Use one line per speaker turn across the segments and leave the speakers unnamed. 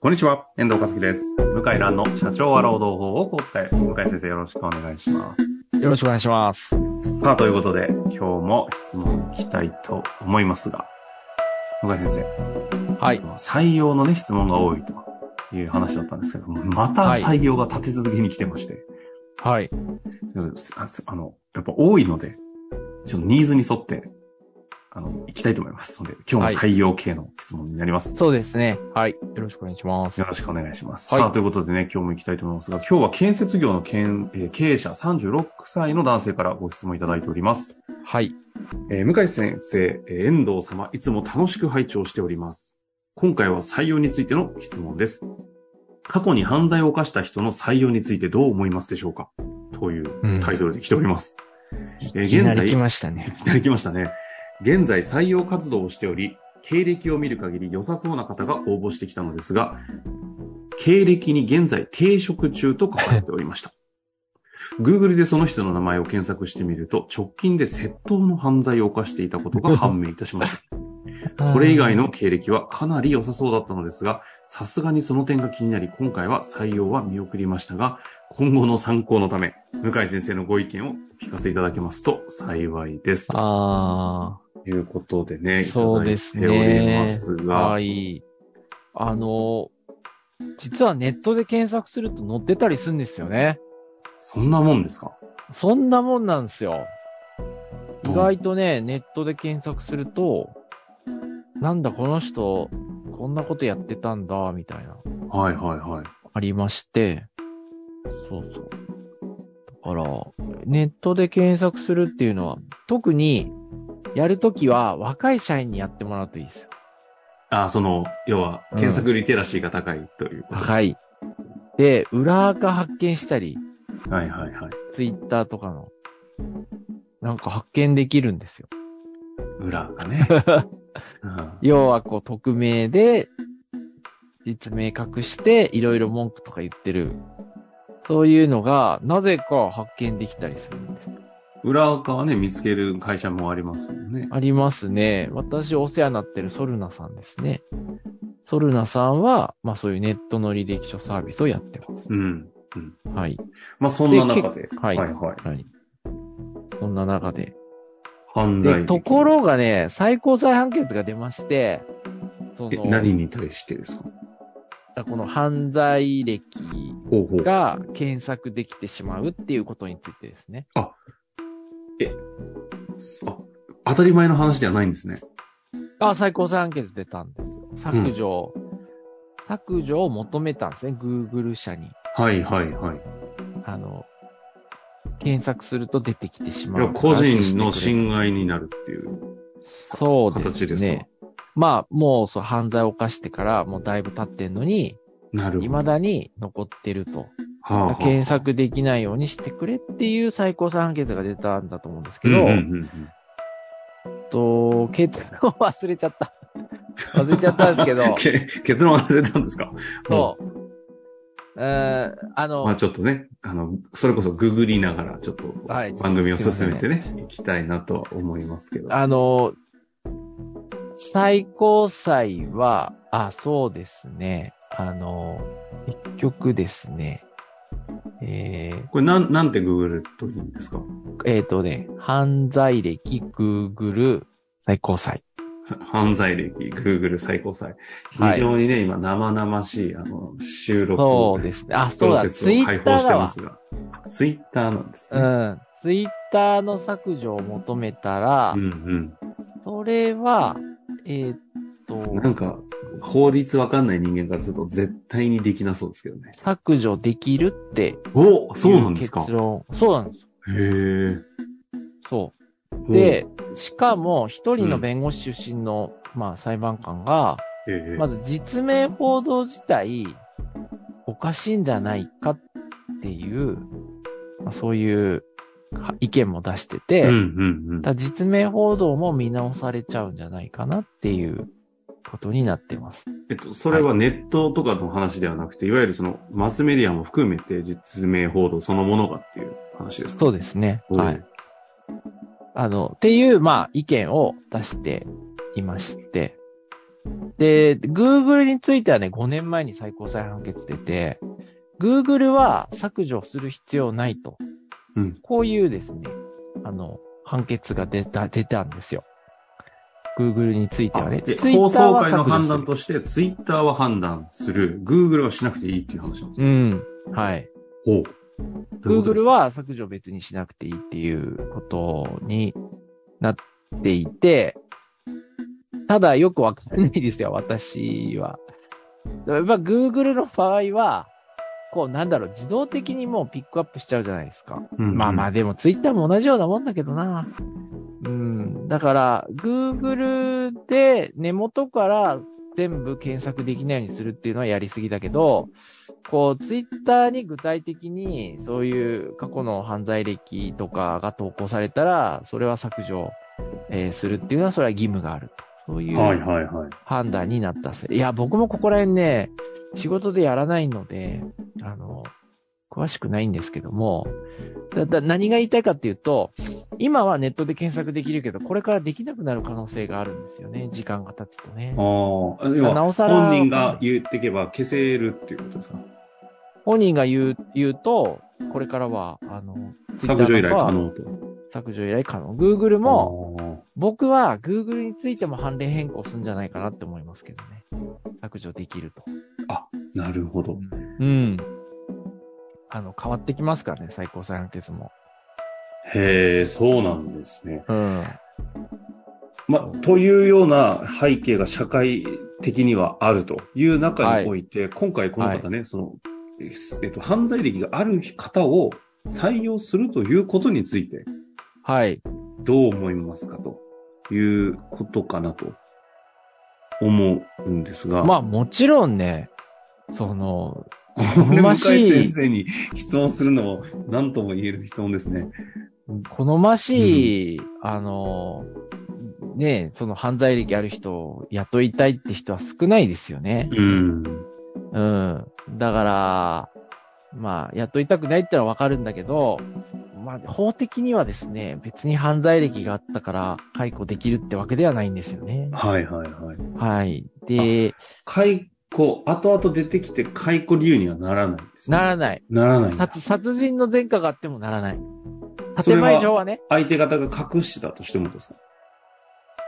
こんにちは、遠藤和樹です。向井蘭の社長は労働法をこう伝え、向井先生よろしくお願いします。
よろしくお願いします。
さあ、ということで、今日も質問いきたいと思いますが、向井先
はい
生、。採用のね、質問が多いという話だったんですけども、また
はい
採用が立て続けに来てまして、
はい。
ちょっとすあすあの、やっぱ多いので、ちょっとニーズに沿って、あの、いきたいと思います。ので、今日も採用系の質問になります。
そうですね。はい。よろしくお願いします
よ。ろしくお願いします。
はい
さあ、ということでね、今日も行きたいと思いますが、今日は建設業の建、えー経営者36歳の男性からご質問いただいております。
はい。
えー向井先生、えー遠藤様、いつも楽しく拝聴しております。今回は採用についての質問です。過去に犯罪を犯した人の採用についてどう思いますでしょうかという
うん
タイトルで来ております。えー
いきな
現在
り来ました
い
ね。
きなり来ましたね。現在採用活動をしており、経歴を見る限り良さそうな方が応募してきたのですが、経歴に現在停職中と書かれておりました。Google でその人の名前を検索してみると、直近で窃盗の犯罪を犯していたことが判明いたしました。それ以外の経歴はかなり良さそうだったのですが、さすがにその点が気になり、今回は採用は見送りましたが、今後の参考のため、向井先生のご意見をお聞かせいただけますと幸いです。と
あ
いうことでね、いた
そう
だい
です
て
ね
おります
あ、
が、
はい。あの、実はネットで検索すると載ってたりするんですよね。
そんなもんですか
そんなもんなんですよ。意外とね、ネットで検索すると、なんだこの人、こんなことやってたんだ、みたいな。
はいはいはい。
ありまして、そうそう。だから、ネットで検索するっていうのは、特に、やるときは若い社員にやってもらうといいですよ。
あ、その、要は、
うん
検索リテラシーが高いということです。
はい。で、裏垢発見したり、
はいはいはい。
ツイッターとかの、なんか発見できるんですよ。
裏が ね。うん
要はこう、匿名で、実名隠して、いろいろ文句とか言ってる。そういうのが、なぜか発見できたりするんです。
裏側ね、見つける会社もありますもんね。
ありますね。私お世話になってるソルナさんですね。ソルナさんは、まあそういうネットの履歴書サービスをやってます。
うん。
はい。
まあ、そんな中で
で。はい
はいはい。
はい。そんな中で。
犯罪
で、
歴
ところがね、最高裁判決が出まして、そ
え
の、
何に対してですか
この犯罪歴
ほうほう。
が検索できてしまうっていうことについてですね。
あ当たり前の話ではないんですね。
あ、最高裁判決出たんですよ。削除、削除を求めたんですね、Google 社に。
はいはいはい。
あの、検索すると出てきてしま
要は
う。
個人の
信
侵害になるっていう。
そうですね。
形ですか
まあ、もうそう犯罪を犯してからもうだいぶ経ってんのに、
なるほど。
未だに残ってると。
はあはあ
検索できないようにしてくれっていう最高裁判決が出たんだと思うんですけ
うん
ど、
うんうんうん、
と結論を忘れちゃった。忘れちゃったんですけど
け結論は出たんですか
そう。うーんあの、
まあちょっとね、あの、それこそググりながら、ちょっと
はい
番組を進めてね、いきたいなとは思いますけど。
あの、最高裁は、あ、そうですね。あの、結局ですね、えー
これなん、なんてググるといいんですか
えーとね、犯罪歴、Google、最高裁。
犯罪歴、Google 最高裁。
はい
非常にね、今生々しい、あの、収録
そうですね。あ、そう
プロ
だ、
セス
ツイ
を開
ッタ
放
ー
して
だ
ま
わ
す。が。ツイッターなんです
う
ね。
ん。ツイッターの削除を求めたら、
うん
それは、えーっと
うん。、なんか、法律わかんない人間からすると絶対にできなそうですけどね。
削除できるっていう
おそうなんですか
結論。そうなんです。
へえ。
そう。
お
で、しかも、一人の弁護士出身の、まあ、裁判官が、
へえ
まず実名報道自体、おかしいんじゃないかっていう、まあ、そういうは意見も出してて、
うんうんうん。
だ実名報道も見直されちゃうんじゃないかなっていうことになってます。
えっと、それはネットとかの話ではなくて、い、わゆるそのマスメディアも含めて実名報道そのものがっていう話ですか
そうですね。
おう
はい。あの、っていう、まあ、意見を出していまして、で、Google についてはね、5年前に最高裁判決出て、Google は削除する必要ないと。
うん
こういうですね、あの、判決が出た、出たんですよ。Google についてはね。
で
Twitter
放送
は
会の
削除する
判断として、ツイッターは判断する、Google はしなくていいっていう話なんです
う
よ。
ん。はい。
ほう。どういうことです
Google
か
は削除別にしなくていいっていうことになっていて、ただよくわからないですよ、私は。やっぱ Google の場合は、こうなんだろう、自動的にもうピックアップしちゃうじゃないですか。
うん
まあまあでも Twitter も同じようなもんだけどな。うん。だから、Google で根元から全部検索できないようにするっていうのはやりすぎだけど、こう、Twitter に具体的にそういう過去の犯罪歴とかが投稿されたら、それは削除、えーするっていうのは、それは義務があると。そういう。
はいはいはい。
判断になったせい。いや、僕もここら辺ね、仕事でやらないので、あの、詳しくないんですけども、だだ何が言いたいかっていうと、今はネットで検索できるけど、これからできなくなる可能性があるんですよね。時間が経つとね
あ。あ、要
な
は
おさら、
本人が言ってけば消せるっていうことですか
本人が言う、言うと、これからは、あの、
削除依
Twitter
頼
の方は
可。能と。
削除依頼可能。Google も、僕は Google についても判例変更するんじゃないかなって思いますけどね。削除できると。
あーなるほど。
うん。あの、変わってきますからね、最高裁判決も。
へえ、そうなんですね。
うん。
ま、というような背景が社会的にはあるという中において、今回この方ね、その、ええっと、犯罪歴がある方を採用するということについて、
はい。
どう思いますかということかなと思うんですが、
まあ、もちろんね、その、
あ、これ向
ま
井
し
先
い
生に質問するのも何とも言える質問ですね。
好ましい、あの、ねえ、その犯罪歴ある人を雇いたいって人は少ないですよね。
うん。
うん。だから、まあ、雇いたくないってのはわかるんだけど、まあ、法的にはですね、別に犯罪歴があったから解雇できるってわけではないんですよね。
はいはいはい。
はい。で、
解雇、後々出てきて解雇理由にはならないんです、ね。
ならない。
ならないんだ。
殺殺人の前科があってもならない。
それ
建
は
前上はね。
相手方が隠してたとしてもですか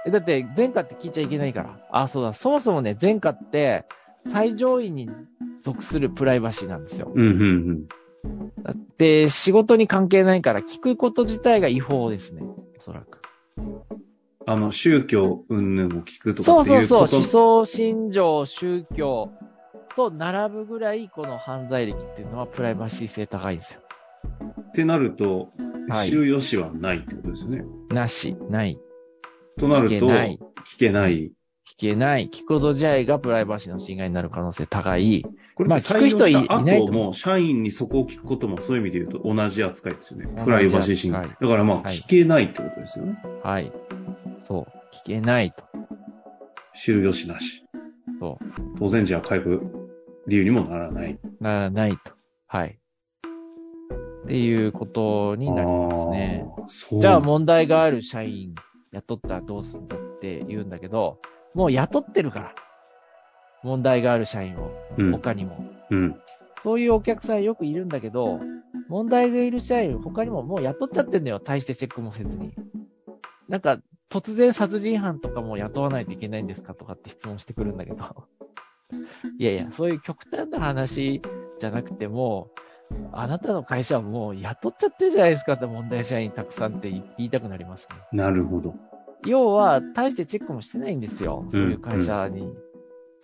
えだって前科って聞いちゃいけないから。あ、そうだ。そもそもね、前科って最上位に属するプライバシーなんですよ。
うんうん
で、仕事に関係ないから聞くこと自体が違法ですね。おそらく。
うん。あの、宗教云々を聞くとか
そう
ってい
そうう
こと
そう。思想、信条、宗教と並ぶぐらいこの犯罪歴っていうのはプライバシー性高いんですよ。
ってなると、
はい
知る由はないってことですよね。
なし、ない、
とな
聞
る
け
と、
ない
聞。けない。
聞けない、聞くこと自体がプライバシーの侵害になる可能性高い。
これ
ま
っ
あ
て採用
聞く人い
した
いないと
後
思
も、社員にそこを聞くこともそういう意味で言うと同じ扱いですよね
同じ。扱い
プライバシー侵害。だからまあ、
はい
聞けないってことですよね。
はい。そう。聞けないと。
知る由なし。
そ
当然じゃあ解雇理由にもならない。
ならないと。はい。っていうことになりますね。
あー。そう。
じゃあ問題がある社員雇ったらどうするんだって言うんだけど、もう雇ってるから。問題がある社員を、
うん。
他にも。
うん。
そういうお客さんよくいるんだけど、問題がいる社員、他にももう雇っちゃってんのよ。大してチェックもせずに。なんか、突然殺人犯とかも雇わないといけないんですかとかって質問してくるんだけど。 いやいや、そういう極端な話じゃなくても、あなたの会社はもう雇っちゃってるじゃないですかって問題社員たくさんって言いたくなりますね。
なるほど。
要は、大してチェックもしてないんですよ。そういう会社に。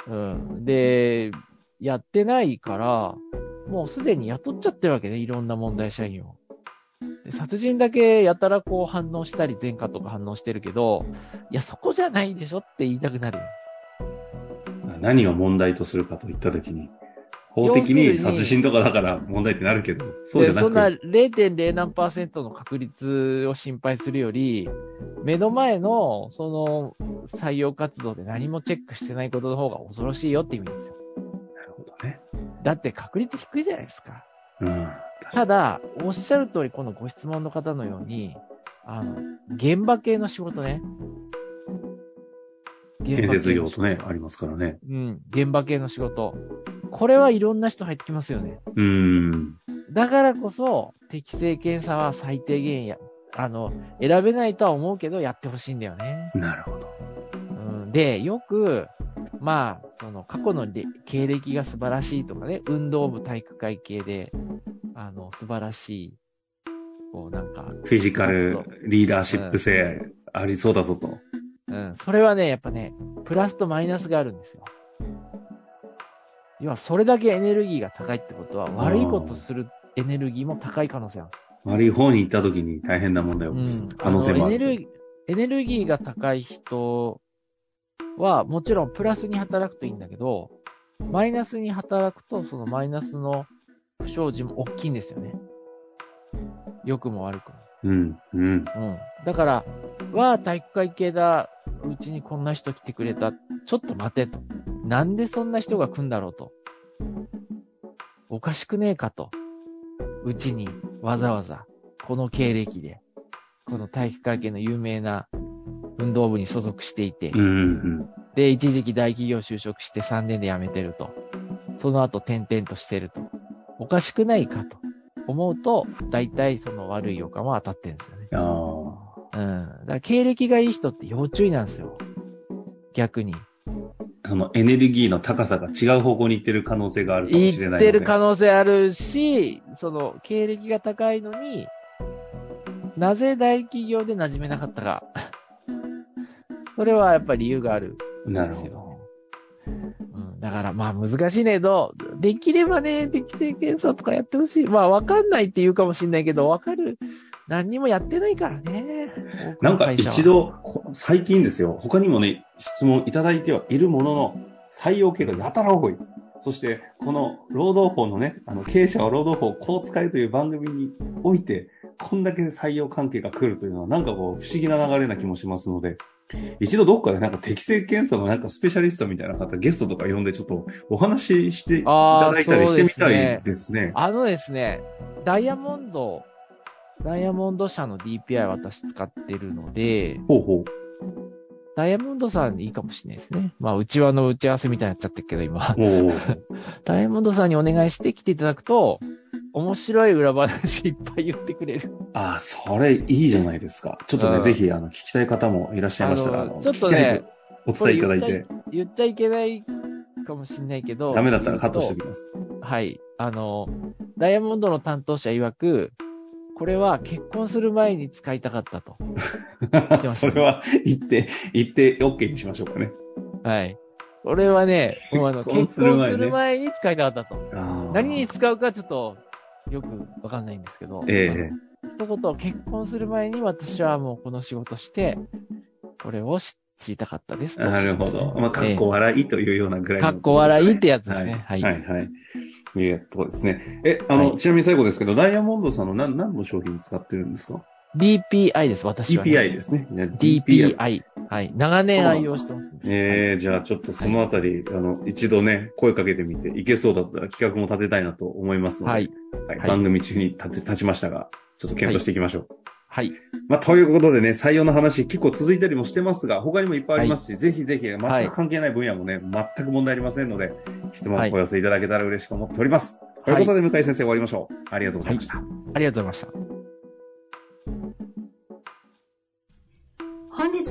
うん、で、やってないから、もうすでに雇っちゃってるわけね。いろんな問題社員を。で殺人だけやたらこう反応したり、前科とか反応してるけど、いや、そこじゃないでしょって言いたくなるよ。
何を問題とするかといったときに、法的に
要するに
殺人とかだから問題ってなるけど、そうじ
で、
ゃな
そんな
く
0.0何パーセントの確率を心配するより、目の前の、その、採用活動で何もチェックしてないことの方が恐ろしいよって意味ですよ。
なるほどね。
だって確率低いじゃないですか。
うん。確か
ただ、おっしゃる通り、このご質問の方のように、あの、現場系の仕事ね。
建設業と
ね。
ね、ありますからね。
うん。現場系の仕事。これはいろんな人入ってきますよね。
うーん。
だからこそ、適正検査は最低限や、あの、選べないとは思うけど、やってほしいんだよね。
なるほど。
うん。で、よく、まあ、その、過去のれ経歴が素晴らしいとかね、運動部体育会系で、あの、素晴らしい、こう、なんか、
フィジカルリーダーシップ性ありそうだぞと。
うん、それはね、やっぱね、プラスとマイナスがあるんですよ。要は、それだけエネルギーが高いってことは、悪いことするエネルギーも高い可能性あ
悪い方に行った時に大変な問題
る
を
ん
起こ
です。
す
うん、
可能性もあ
のエ
る
ネルギー。エネルギーが高い人は、もちろんプラスに働くといいんだけど、マイナスに働くと、そのマイナスの不祥事も大きいんですよね。良くも悪くも。
うん、うん。
うん。だから、わあ、体育会系だ、うちにこんな人来てくれた、ちょっと待てと。なんでそんな人が来んだろうと。おかしくねえかと。うちにわざわざ、この経歴で、この体育会系の有名な運動部に所属していて、
うん、うん。
で、一時期大企業就職して3年で辞めてると。その後転々としてると。おかしくないかと思うと、大体その悪い予感は当たってるんですよね。
ああ
うん。だから経歴がいい人って要注意なんですよ。逆に。
ー。そのエネルギーの高さが違う方向に行ってる可能性があるかもしれ
言
ないの
っ
で。
てる可能性あるし、その、経歴が高いのに、なぜ大企業で馴染めなかったか。 それはやっぱり理由がある
なんる
です
ほど。
よ。うん、だからまあ難しいねけど、できればね、適正検査とかやってほしい。まあわかんないって言うかもしれないけど、わかる。何にもやってないからね。多く
なん
の
か
会社は
一、度、こ最近ですよ、他にもね、質問いただいてはいるものの、採用系がやたら多い。そして、この労働法のね、あの、経営者は労働法をこう使えという番組において、こんだけ採用関係が来るというのは、なんかこう、不思議な流れな気もしますので、一度どっかでなんか適正検査のなんかスペシャリストみたいな方、ゲストとか呼んでちょっとお話ししてい
あ
た
ー
だいたりしてみたい
そう
ですね。
あのですね、ダイヤモンド、ダイヤモンド社の DPI 私使ってるので、
ほうほう。
ダイヤモンドさんにいいかもしれないですね。まあ、うちわの打ち合わせみたいになっちゃってるけど、今。
おう
ダイヤモンドさんにお願いして来ていただくと、面白い裏話いっぱい言ってくれる。
ああ、それいいじゃないですか。ちょっとね、
うん
ぜひ、あの、聞きたい方もいらっしゃいましたら、
あ
あ
の
の
ちょっと
聞きたい
ね
とお伝えいただい
これ言
て、
言っちゃいけないかもしれないけど。
ダメだったらカットしてお
る
きます。
はい。あの、ダイヤモンドの担当者曰く、これは結婚する前に使いたかったと。きま す
それは、言って、言って、OK にしましょうかね。
はい。これはね、もうあ の、
結婚
結
する前
婚
ね
する前に使いたかったと。
ああ
何に使うかちょっと、よくわかんないんですけど。
ええ
あの一言、結婚する前に私はもうこの仕事して、これを知知りたかったですとおっ
な
しゃ
る
ってま
ほ
したね。
ど。まあ、かっ
え
こ笑いというようなぐら
え
い
か
の
っこ笑いってやつで
はい、
すね。
は、
はいい。
はい。いうとこですね。え、あの、
はい
ちなみに最後ですけど、ダイヤモンドさんの何、何の商品使ってるんですか
DPI です、私は、ね。
?DPI ですね。ね
DPI。はい。長年愛用してます、ね。
ええじゃあちょっとそのあたり、あの、一度ね、声かけてみて、いけそうだったら企画も立てたいなと思いますので、
はい。
はい、
はい
番組中に立て、立ちましたが、ちょっと検討していきましょう。
はい。
まあ、ということでね、採用の話結構続いたりもしてますが、他にもいっぱいありますし、ぜひぜひ、全
はい
く関係ない分野もね、全く問題ありませんので、質問
は
を
い
お寄せいただけたら嬉しく思っております。
はい
ということで、向井先生終わりましょう。ありがとうございました。
ありがとうございました。
本日